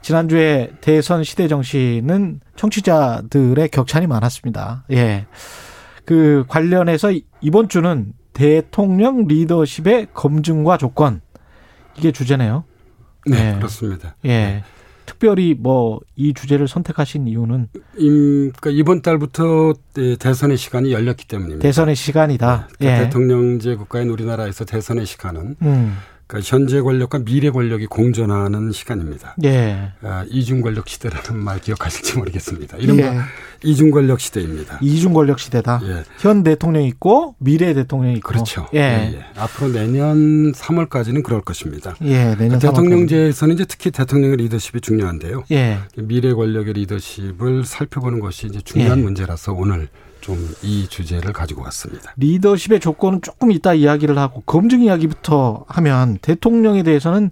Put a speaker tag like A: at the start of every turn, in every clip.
A: 지난주에 대선 시대 정신은 청취자들의 격찬이 많았습니다. 예. 그 관련해서 이- 이번 주는 대통령 리더십의 검증과 조건 이게 주제네요.
B: 네,
A: 네.
B: 그렇습니다.
A: 예. 특별히 뭐 이 주제를 선택하신 이유는
B: 임, 그러니까 이번 달부터 네, 대- 대선의 시간이 열렸기 때문입니다.
A: 대선의 시간이다.
B: 그러니까
A: 예.
B: 대통령제 국가인 우리나라에서 대선의 시간은
A: 음.
B: 그러니까 현재 권력과 미래 권력이 공존하는 시간입니다.
A: 예.
B: 아, 이중 권력 시대라는 말 기억하실지 모르겠습니다. 이른바
A: 예.
B: 이중 권력 시대입니다.
A: 이중 권력 시대다.
B: 예.
A: 현 대통령 있고 미래 대통령 있고.
B: 그렇죠.
A: 예.
B: 예, 예. 앞으로 내년 3월까지는 그럴 것입니다.
A: 예. 내년 삼월까지.
B: 대통령제에서는 이제 특히 대통령의 리더십이 중요한데요.
A: 예.
B: 그 미래 권력의 리더십을 살펴보는 것이 이제 중요한
A: 예.
B: 문제라서 오늘 좀 이 주제를 가지고 왔습니다.
A: 리더십의 조건은 조금 이따 이야기를 하고 검증 이야기부터 하면 대통령에 대해서는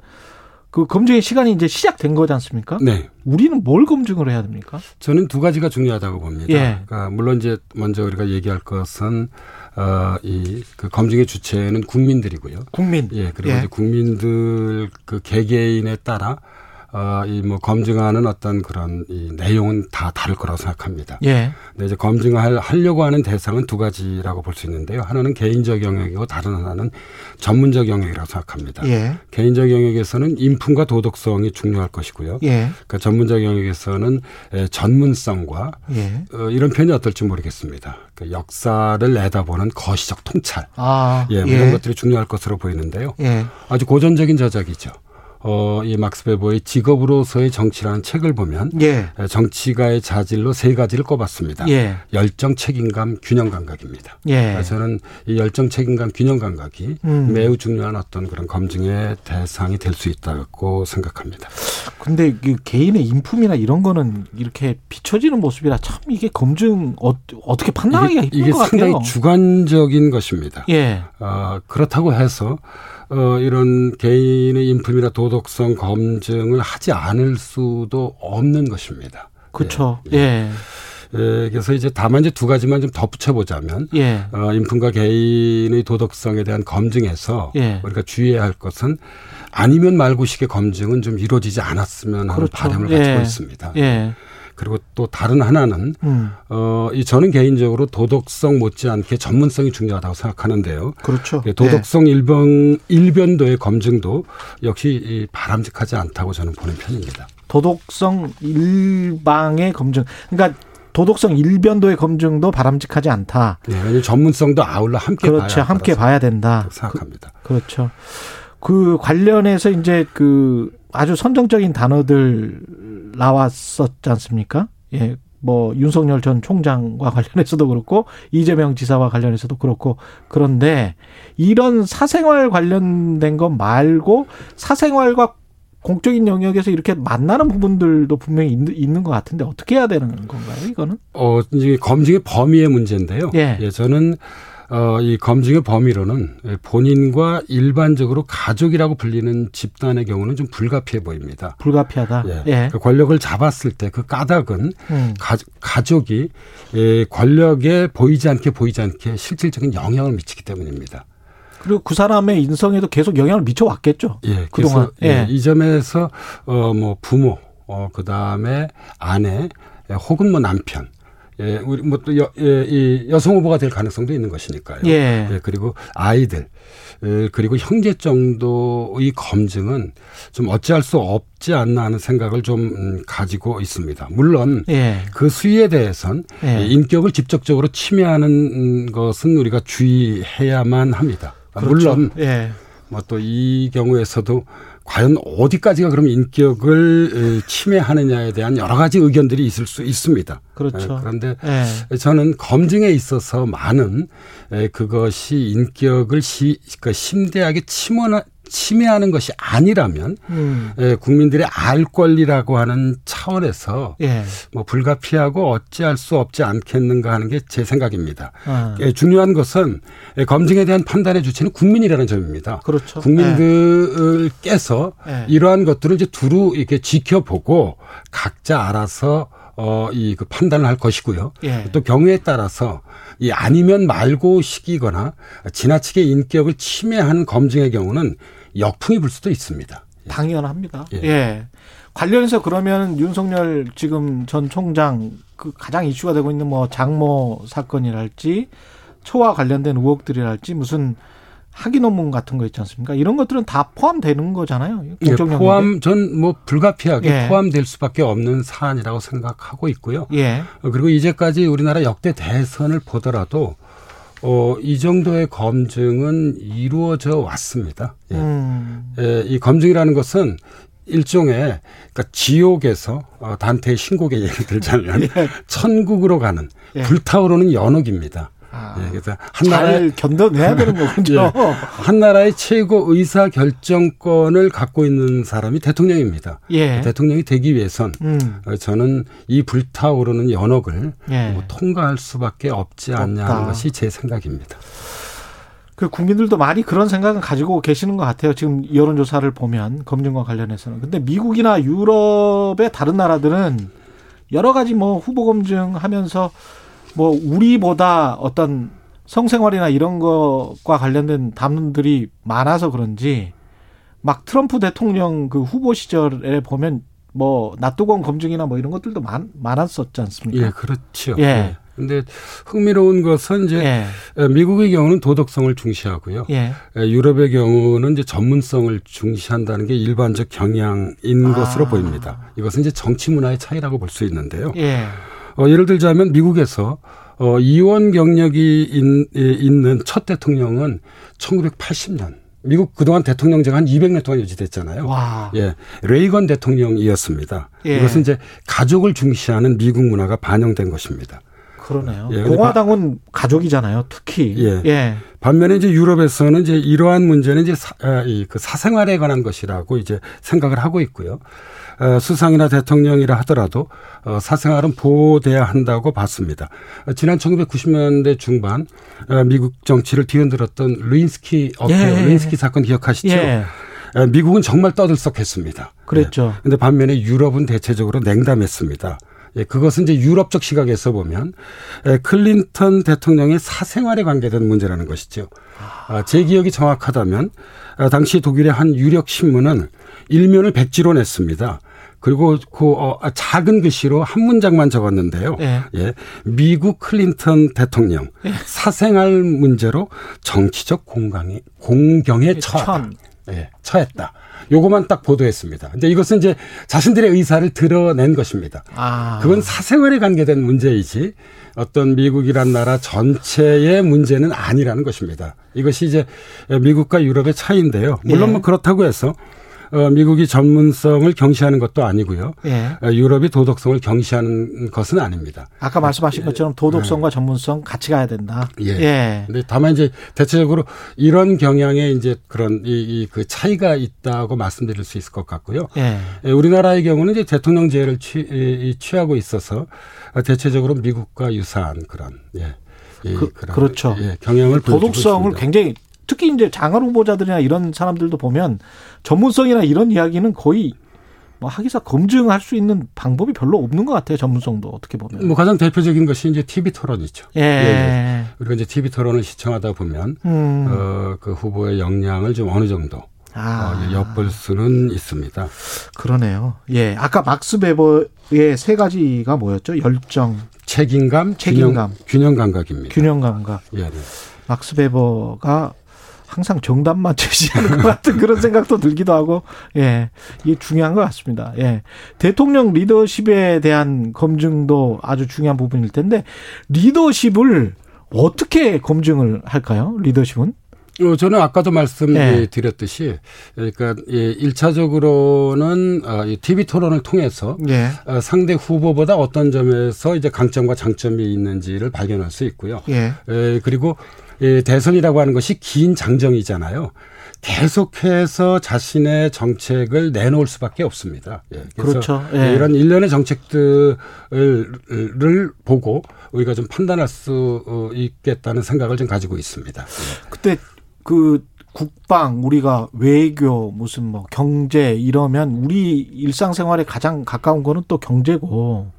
A: 그 검증의 시간이 이제 시작된 거지 않습니까?
B: 네.
A: 우리는 뭘 검증을 해야 됩니까?
B: 저는 두 가지가 중요하다고 봅니다.
A: 예.
B: 그러니까 물론 이제 먼저 우리가 얘기할 것은 어, 이그 검증의 주체는 국민들이고요.
A: 국민.
B: 예, 그리고
A: 예.
B: 이제 국민들 그 개개인에 따라 어, 이 뭐 검증하는 어떤 그런 이 내용은 다 다를 거라고 생각합니다.
A: 예.
B: 근데 이제 검증을 하려고 하는 대상은 두 가지라고 볼 수 있는데요. 하나는 개인적 영역이고 다른 하나는 전문적 영역이라고 생각합니다.
A: 예.
B: 개인적 영역에서는 인품과 도덕성이 중요할 것이고요.
A: 예.
B: 그러니까 전문적 영역에서는 에, 전문성과
A: 예.
B: 어, 이런 표현이 어떨지 모르겠습니다. 그 역사를 내다보는 거시적 통찰.
A: 아.
B: 예, 뭐 이런 것들이 중요할 것으로 보이는데요.
A: 예.
B: 아주 고전적인 저작이죠. 어, 이 막스 베버의 직업으로서의 정치라는 책을 보면
A: 예.
B: 에, 정치가의 자질로 세 가지를 꼽았습니다.
A: 예.
B: 열정, 책임감, 균형 감각입니다.
A: 예.
B: 그러니까 저는 이 열정, 책임감, 균형 감각이
A: 음.
B: 매우 중요한 어떤 그런 검증의 대상이 될 수 있다고 생각합니다.
A: 근데 그 개인의 인품이나 이런 거는 이렇게 비춰지는 모습이라 참 이게 검증 어, 떻게 판단하기가
B: 이게,
A: 힘든
B: 이게
A: 것
B: 상당히
A: 같아요.
B: 주관적인 것입니다.
A: 예,
B: 어, 그렇다고 해서 어, 이런 개인의 인품이나 도덕성 검증을 하지 않을 수도 없는 것입니다.
A: 그렇죠.
B: 예,
A: 예,
B: 예, 그래서 이제 다만 이제 두 가지만 좀 덧붙여 보자면
A: 예,
B: 어, 인품과 개인의 도덕성에 대한 검증에서
A: 예.
B: 우리가 주의해야 할 것은 아니면 말고식의 검증은 좀 이루어지지 않았으면 하는
A: 그렇죠.
B: 바람을
A: 예.
B: 가지고 있습니다.
A: 예.
B: 그리고 또 다른 하나는
A: 음,
B: 어, 이 저는 개인적으로 도덕성 못지않게 전문성이 중요하다고 생각하는데요.
A: 그렇죠.
B: 예, 도덕성 일변 일변도의 검증도 역시 이 바람직하지 않다고 저는 보는 편입니다.
A: 예. 도덕성 일방의 검증. 그러니까 도덕성 일변도의 검증도 바람직하지 않다.
B: 예, 왜냐하면 전문성도 아울러 함께
A: 그렇죠.
B: 봐야 그
A: 함께
B: 한다고
A: 봐야 된다.
B: 생각합니다.
A: 그렇죠. 그 관련해서 이제 그 아주 선정적인 단어들 나왔었지 않습니까? 예. 뭐 윤석열 전 총장과 관련해서도 그렇고 이재명 지사와 관련해서도 그렇고 그런데 이런 사생활 관련된 것 말고 사생활과 공적인 영역에서 이렇게 만나는 부분들도 분명히 있- 있는 것 같은데 어떻게 해야 되는 건가요? 이거는
B: 어, 이제 검증의 범위의 문제인데요.
A: 예.
B: 저는 어, 이 검증의 범위로는 본인과 일반적으로 가족이라고 불리는 집단의 경우는 좀 불가피해 보입니다.
A: 불가피하다. 예,
B: 그 권력을 잡았을 때 그 까닭은
A: 음.
B: 가, 가족이 예, 권력에 보이지 않게 보이지 않게 실질적인 영향을 미치기 때문입니다.
A: 그리고 그 사람의 인성에도 계속 영향을 미쳐 왔겠죠.
B: 예,
A: 그동안.
B: 그래서
A: 예.
B: 예, 이 점에서 어 뭐 부모, 어 그다음에 아내 예, 혹은 뭐 남편. 예, 우리 뭐또여 예, 이 여성 후보가 될 가능성도 있는 것이니까요.
A: 예.
B: 그리고 아이들 예, 그리고 형제 정도의 검증은 좀 어찌할 수 없지 않나 하는 생각을 좀 음, 가지고 있습니다. 물론
A: 예.
B: 그 수위에 대해선
A: 예.
B: 이 인격을 직접적으로 침해하는 음, 것은 우리가 주의해야만 합니다. 물론
A: 예.
B: 뭐 또 이 경우에서도 과연 어디까지가 그럼 인격을 에, 침해하느냐에 대한 여러 가지 의견들이 있을 수 있습니다.
A: 그렇죠.
B: 예, 그런데
A: 예.
B: 저는 검증에 있어서 많은 에, 그것이 인격을 시, 그러니까 심대하게 침원하, 침해하는 것이 아니라면
A: 음.
B: 예, 국민들의 알 권리라고 하는 차원에서
A: 예.
B: 뭐 불가피하고 어찌할 수 없지 않겠는가 하는 게 제 생각입니다.
A: 아,
B: 예, 중요한 것은 예, 검증에 대한 판단의 주체는 국민이라는 점입니다.
A: 그렇죠. 예.
B: 국민들께서
A: 예.
B: 이러한 것들을 이제 두루 이렇게 지켜보고 각자 알아서 어이 그 판단을 할 것이고요.
A: 예.
B: 또 경우에 따라서 이 아니면 말고 시기거나 지나치게 인격을 침해하는 검증의 경우는 역풍이 불 수도 있습니다.
A: 당연합니다. 예.
B: 예.
A: 관련해서 그러면 윤석열 지금 전 총장 그 가장 이슈가 되고 있는 뭐 장모 사건이랄지 초와 관련된 의혹들이랄지 무슨 학위 논문 같은 거 있지 않습니까? 이런 것들은 다 포함되는 거잖아요.
B: 예,
A: 공적
B: 포함 전 뭐 불가피하게
A: 예.
B: 포함될 수밖에 없는 사안이라고 생각하고 있고요.
A: 예.
B: 어, 그리고 이제까지 우리나라 역대 대선을 보더라도 어, 이 정도의 검증은 이루어져 왔습니다. 예.
A: 음.
B: 예, 이 검증이라는 것은 일종의 그러니까 지옥에서 어, 단테의 신곡에 예를 들자면 천국으로 가는
A: 예.
B: 불타오르는 연옥입니다.
A: 아,
B: 예, 그래서 한 나라의 예.
A: 잘 견뎌내야 되는 거군요.
B: 한 나라의 최고 의사 결정권을 갖고 있는 사람이 대통령입니다.
A: 예.
B: 대통령이 되기 위해선
A: 음.
B: 어, 저는 이 불타오르는 연옥을
A: 예.
B: 뭐 통과할 수밖에 없지 않냐 하는
A: 없다.
B: 것이 제 생각입니다.
A: 그 국민들도 많이 그런 생각은 가지고 계시는 것 같아요. 지금 여론조사를 보면 검증과 관련해서는. 근데 미국이나 유럽의 다른 나라들은 여러 가지 뭐 후보 검증하면서 뭐 우리보다 어떤 성생활이나 이런 것과 관련된 담론들이 많아서 그런지 막 트럼프 대통령 그 후보 시절에 보면 뭐 나뚜건 검증이나 뭐 이런 것들도 많, 많았었지 않습니까?
B: 예, 그렇죠.
A: 예.
B: 예. 근데 흥미로운 것은 이제 어,
A: 예.
B: 미국의 경우는 도덕성을 중시하고요.
A: 예.
B: 예, 유럽의 경우는 이제 전문성을 중시한다는 게 일반적 경향인
A: 아.
B: 것으로 보입니다. 이것은 이제 정치 문화의 차이라고 볼 수 있는데요.
A: 예.
B: 어, 예를 들자면 미국에서 어, 이원 경력이 인- 예, 있는 첫 대통령은 1980년 미국 그동안 대통령제가 한 200년 동안 유지됐잖아요.
A: 와.
B: 예, 레이건 대통령이었습니다.
A: 예.
B: 이것은 이제 가족을 중시하는 미국 문화가 반영된 것입니다.
A: 그러네요.
B: 예, 근데
A: 공화당은 가족이잖아요, 특히.
B: 예.
A: 예.
B: 반면에 이제 유럽에서는 이제 이러한 문제는 이제 사, 아, 이그 사생활에 관한 것이라고 이제 생각을 하고 있고요. 어, 수상이나 대통령이라 하더라도 어, 사생활은 보호돼야 한다고 봤습니다. 어, 지난 1990년대 중반 어, 미국 정치를 뒤흔들었던 루인스키 어페
A: 예, 예, 예.
B: 루인스키 사건 기억하시죠?
A: 예.
B: 어, 미국은 정말 떠들썩했습니다.
A: 그랬죠.
B: 근데 반면에 유럽은 대체적으로 냉담했습니다. 예, 그것은 이제 유럽적 시각에서 보면 예, 클린턴 대통령의 사생활에 관계된 문제라는 것이죠. 아, 제 기억이 정확하다면 아, 당시 독일의 한 유력 신문은 일면을 백지로 냈습니다. 그리고 그 어, 아, 작은 글씨로 한 문장만 적었는데요.
A: 예.
B: 예, 미국 클린턴 대통령 사생활 문제로 정치적 공강이 공경에 처하다.
A: 천.
B: 예, 처했다. 요거만 딱 보도했습니다. 근데 이것은 이제 자신들의 의사를 드러낸 것입니다.
A: 아.
B: 그건 사생활에 관계된 문제이지 어떤 미국이란 나라 전체의 문제는 아니라는 것입니다. 이것이 이제 미국과 유럽의 차이인데요. 물론
A: 예.
B: 뭐 그렇다고 해서 어, 미국이 전문성을 경시하는 것도 아니고요.
A: 예.
B: 어, 유럽이 도덕성을 경시하는 것은 아닙니다.
A: 아까 말씀하신 것처럼 도덕성과 전문성 같이 가야 된다.
B: 예. 근데 다만 이제 대체적으로 이런 경향에 이제 그런 이 그 차이가 있다고 말씀드릴 수 있을 것 같고요.
A: 예.
B: 예, 우리나라의 경우는 이제 대통령제를 취, 이- 이 취하고 있어서 대체적으로 미국과 유사한 그런 예, 예,
A: 그-
B: 그런,
A: 그렇죠.
B: 예, 경향을 보여주고
A: 도덕성을
B: 있습니다.
A: 굉장히 특히 이제 장관 후보자들이나 이런 사람들도 보면 전문성이나 이런 이야기는 거의 뭐 학위사 검증할 수 있는 방법이 별로 없는 것 같아요. 전문성도 어떻게 보면.
B: 뭐 가장 대표적인 것이 이제 TV 토론이죠.
A: 예.
B: 예, 우리가 이제 TV 토론을 시청하다 보면
A: 음.
B: 어, 그 후보의 역량을 좀 어느 정도 어,
A: 아.
B: 예, 엿볼 수는 있습니다.
A: 그러네요. 예. 아까 막스 베버의 세 가지가 뭐였죠? 열정,
B: 책임감,
A: 책임감.
B: 균형, 균형 감각입니다.
A: 균형 감각.
B: 예, 네.
A: 막스 베버가 항상 정답만 제시하는 것 같은 그런 생각도 들기도 하고, 예, 이게 중요한 것 같습니다. 예, 대통령 리더십에 대한 검증도 아주 중요한 부분일 텐데 리더십을 어떻게 검증을 할까요? 리더십은?
B: 어, 저는 아까도
A: 네.
B: 말씀드렸듯이, 그러니까 예, 일차적으로는 어, 이 TV 토론을 통해서
A: 예,
B: 어, 상대 후보보다 어떤 점에서 이제 강점과 장점이 있는지를 발견할 수 있고요.
A: 예,
B: 에, 그리고 예, 대선이라고 하는 것이 긴 장정이잖아요. 계속해서 자신의 정책을 내놓을 수밖에 없습니다. 예, 그래서
A: 그렇죠. 예.
B: 이런 일련의 정책들을 보고 우리가 좀 판단할 수 어, 있겠다는 생각을 좀 가지고 있습니다. 예.
A: 그때 그 국방 우리가 외교 무슨 뭐 경제 이러면 우리 일상생활에 가장 가까운 거는 또 경제고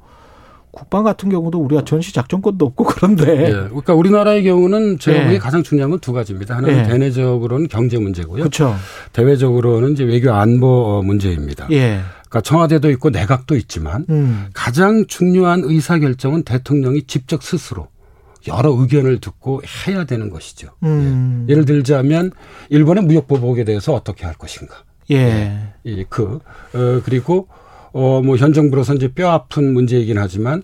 A: 국방 같은 경우도 우리가 전시 작전권도 없고
B: 예,
A: 그런데
B: 그러니까 우리나라의 경우는 제가
A: 예.
B: 보기에 가장 중요한 건 두 가지입니다. 하나는
A: 예.
B: 대내적으로는 경제 문제고요.
A: 그렇죠.
B: 대외적으로는 이제 외교 안보 어, 문제입니다.
A: 예.
B: 그러니까 청와대도 있고 내각도 있지만
A: 음.
B: 가장 중요한 의사 결정은 대통령이 직접 스스로 여러 의견을 듣고 해야 되는 것이죠.
A: 음.
B: 예. 를 들자면 일본의 무역 보복에 대해서 어떻게 할 것인가.
A: 예.
B: 이 그 어, 그리고 어뭐 현 정부로서 이제 뼈 아픈 문제이긴 하지만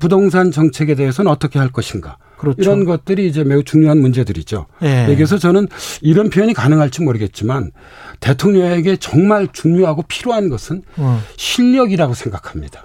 B: 부동산 정책에 대해서는 어떻게 할 것인가.
A: 그렇죠.
B: 이런 것들이 이제 매우 중요한 문제들이죠.
A: 예.
B: 예, 그래서 저는 이런 표현이 가능할지 모르겠지만 대통령에게 정말 중요하고 필요한 것은
A: 어,
B: 실력이라고 생각합니다.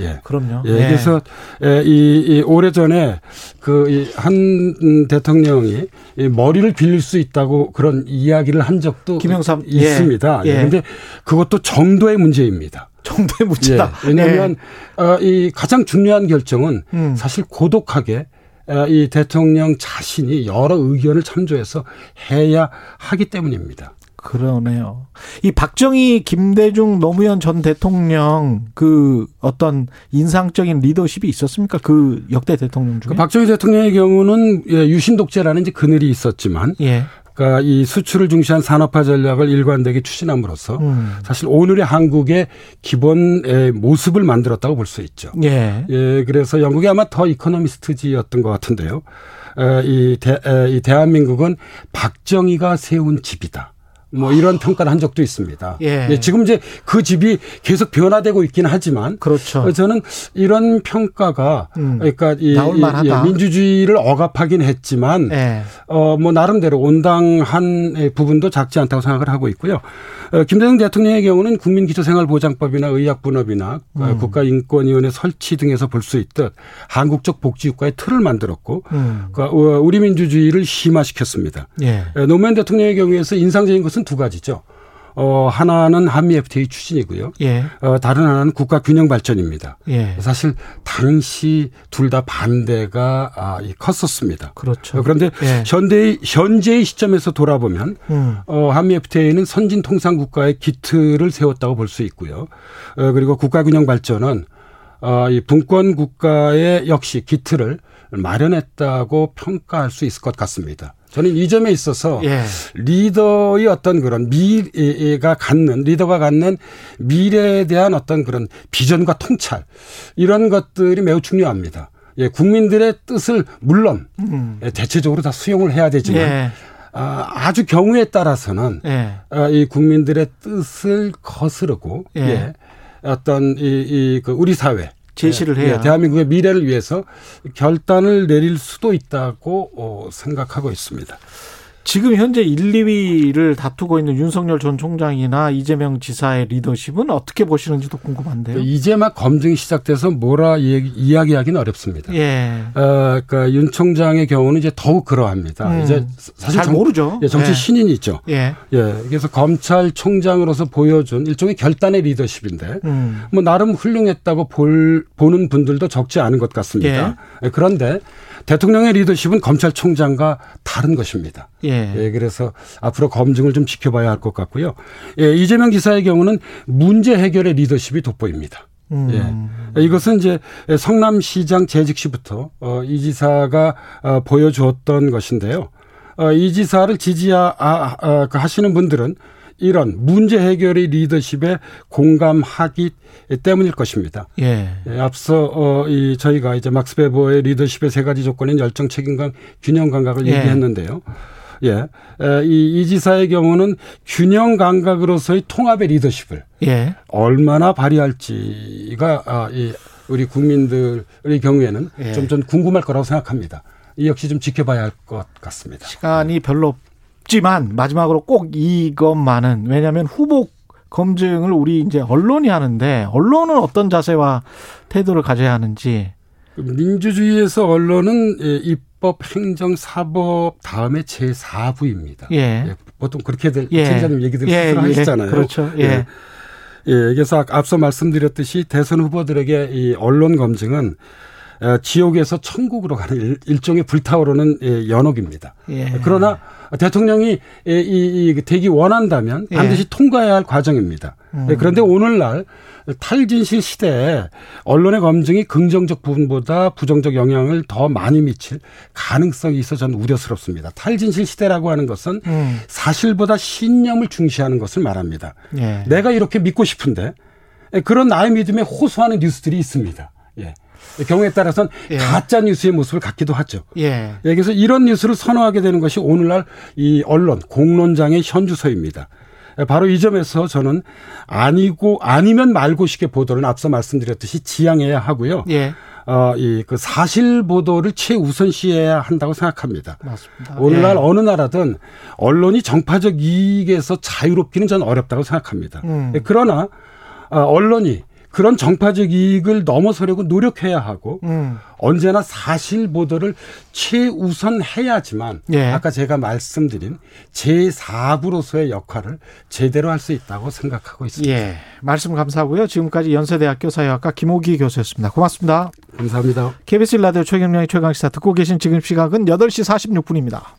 B: 예.
A: 그럼요. 네.
B: 예, 그래서 예, 이, 이 오래전에 그 그한 대통령이 이 머리를 빌릴 수 있다고 그런 이야기를 한 적도
A: 김영삼, 예.
B: 있습니다.
A: 예.
B: 그런데 그것도 정도의 문제입니다.
A: 정도의
B: 예,
A: 문제다.
B: 왜냐하면 어, 이 가장 중요한 결정은
A: 음.
B: 사실 고독하게 어, 이 대통령 자신이 여러 의견을 참조해서 해야 하기 때문입니다.
A: 그러네요. 이 박정희, 김대중, 노무현 전 대통령 그 어떤 인상적인 리더십이 있었습니까? 그 역대 대통령 중에.
B: 그 박정희 대통령의 경우는 예, 유신 독재라는 이제 그늘이 있었지만
A: 예.
B: 그러니까 이 수출을 중시한 산업화 전략을 일관되게 추진함으로써
A: 음.
B: 사실 오늘의 한국의 기본 에, 모습을 만들었다고 볼 수 있죠.
A: 예.
B: 예, 그래서 영국이 아마 더 이코노미스트지였던 것 같은데요. 에, 이, 대, 에, 이 대한민국은 박정희가 세운 집이다. 뭐 이런 평가를 한 적도 있습니다.
A: 예.
B: 지금 이제 그 집이 계속 변화되고 있긴 하지만
A: 그렇죠.
B: 어, 저는 이런 평가가
A: 음.
B: 그러니까 이,
A: 나올
B: 이-
A: 만하다.
B: 예, 민주주의를 억압하긴 했지만
A: 예.
B: 어 뭐 나름대로 온당한 예, 부분도 작지 않다고 생각을 하고 있고요. 어, 김대중 대통령의 경우는 국민기초생활보장법이나 의약분업이나 어, 국가인권위원회 설치 등에서 볼 수 있듯 한국적 복지국가의 틀을 만들었고
A: 음.
B: 그, 어, 우리 민주주의를 심화시켰습니다.
A: 예.
B: 예, 노무현 대통령의 경우에서 인상적인 것은 두 가지죠. 어 하나는 한미 FTA 추진이고요.
A: 예.
B: 어, 다른 하나는 국가 균형 발전입니다.
A: 예.
B: 사실 당시 둘 다 반대가 아, 이 컸었습니다.
A: 그렇죠.
B: 어, 그런데
A: 예.
B: 현대의 현재의 시점에서 돌아보면
A: 음.
B: 어, 한미 FTA는 선진 통상 국가의 기틀을 세웠다고 볼 수 있고요. 어, 그리고 국가 균형 발전은 어, 이 분권 국가의 역시 기틀을 마련했다고 평가할 수 있을 것 같습니다. 저는 이 점에 있어서
A: 예.
B: 리더의 어떤 그런 미래가 갖는 리더가 갖는 미래에 대한 어떤 그런 비전과 통찰 이런 것들이 매우 중요합니다. 예, 국민들의 뜻을 물론
A: 음.
B: 예, 대체적으로 다 수용을 해야 되지만
A: 예.
B: 아, 아주 경우에 따라서는
A: 예.
B: 아, 이 국민들의 뜻을 거스르고
A: 예.
B: 예. 어떤 이이그 우리 사회
A: 제시를
B: 예,
A: 해야.
B: 예, 대한민국의 미래를 위해서 결단을 내릴 수도 있다고 어, 생각하고 있습니다.
A: 지금 현재 1, 2위를 다투고 있는 윤석열 전 총장이나 이재명 지사의 리더십은 어떻게 보시는지도 궁금한데요.
B: 이제 막 검증이 시작돼서 뭐라 얘기- 이야기하기는 어렵습니다.
A: 예.
B: 어, 그러니까 윤 총장의 경우는 이제 더욱 그러합니다.
A: 음.
B: 이제 사실
A: 잘 모르죠.
B: 예, 정치
A: 예.
B: 신인이죠.
A: 예.
B: 예, 그래서 검찰총장으로서 보여준 일종의 결단의 리더십인데
A: 음.
B: 뭐 나름 훌륭했다고 볼, 보는 분들도 적지 않은 것 같습니다. 예, 그런데 대통령의 리더십은 검찰총장과 다른 것입니다.
A: 예.
B: 예, 그래서 앞으로 검증을 좀 지켜봐야 할 것 같고요. 예, 이재명 기사의 경우는 문제 해결의 리더십이 돋보입니다.
A: 음.
B: 예. 이것은 이제 성남시장 재직 시부터 어, 이 지사가 어, 보여주었던 것인데요. 어, 이 지사를 아, 그 지지하시는 분들은 이런 문제 해결의 리더십에 공감하기 때문일 것입니다.
A: 예.
B: 예, 앞서 어, 이 저희가 이제 막스 베버의 리더십의 세 가지 조건인 열정, 책임감, 균형 감각을
A: 예.
B: 얘기했는데요. 예, 에, 이, 이 지사의 경우는 균형 감각으로서의 통합의 리더십을
A: 예.
B: 얼마나 발휘할지가 아, 이 우리 국민들의 경우에는
A: 예.
B: 좀, 좀 궁금할 거라고 생각합니다. 이 역시 좀 지켜봐야 할 것 같습니다.
A: 시간이 별로 없지만 마지막으로 꼭 이것만은 왜냐하면 후보 검증을 우리 이제 언론이 하는데 언론은 어떤 자세와 태도를 가져야 하는지
B: 민주주의에서 언론은 예, 입 입법, 행정, 사법 다음에 제4부입니다.
A: 예.
B: 보통 그렇게 들
A: 예.
B: 책임자님 얘기들
A: 예,
B: 스스로
A: 예.
B: 하시잖아요.
A: 그렇죠. 예.
B: 예. 예, 그래서 아- 앞서 말씀드렸듯이 대선 후보들에게 이 언론 검증은 어, 지옥에서 천국으로 가는 일, 일종의 불타오르는 예, 연옥입니다.
A: 예.
B: 그러나 대통령이 예, 이, 이, 이 되기 원한다면
A: 예. 음.
B: 반드시 통과해야 할 과정입니다. 예, 그런데 오늘날 탈진실 시대에 언론의 검증이 긍정적 부분보다 부정적 영향을 더 많이 미칠 가능성이 있어 저는 우려스럽습니다. 탈진실 시대라고 하는 것은
A: 음.
B: 사실보다 신념을 중시하는 것을 말합니다.
A: 예.
B: 내가 이렇게 믿고 싶은데 예, 그런 나의 믿음에 호소하는 뉴스들이 있습니다. 예. 이 경우에 따라서는
A: 예.
B: 가짜 뉴스의 모습을 갖기도 하죠.
A: 예.
B: 예, 그래서 이런 뉴스를 선호하게 되는 것이 오늘날 이 언론 공론장의 현주소입니다. 예, 바로 이 점에서 저는 아니고 아니면 말고식의 보도를 앞서 말씀드렸듯이 지양해야 하고요.
A: 예.
B: 어, 이 그 사실 보도를 최우선시해야 한다고 생각합니다.
A: 맞습니다.
B: 오늘날
A: 예.
B: 어느 나라든 언론이 정파적 이익에서 자유롭기는 저는 어렵다고 생각합니다.
A: 음.
B: 예, 그러나 아, 언론이 그런 정파적 이익을 넘어서려고 노력해야 하고
A: 음.
B: 언제나 사실 보도를 최우선 해야지만
A: 예.
B: 아까 제가 말씀드린 제4부로서의 역할을 제대로 할 수 있다고 생각하고 있습니다.
A: 예. 말씀 감사하고요. 지금까지 연세대학교 사회학과 김호기 교수였습니다. 고맙습니다.
B: 감사합니다.
A: KBS 라디오 최경영의 최강시사 듣고 계신 지금 시각은 8시 46분입니다.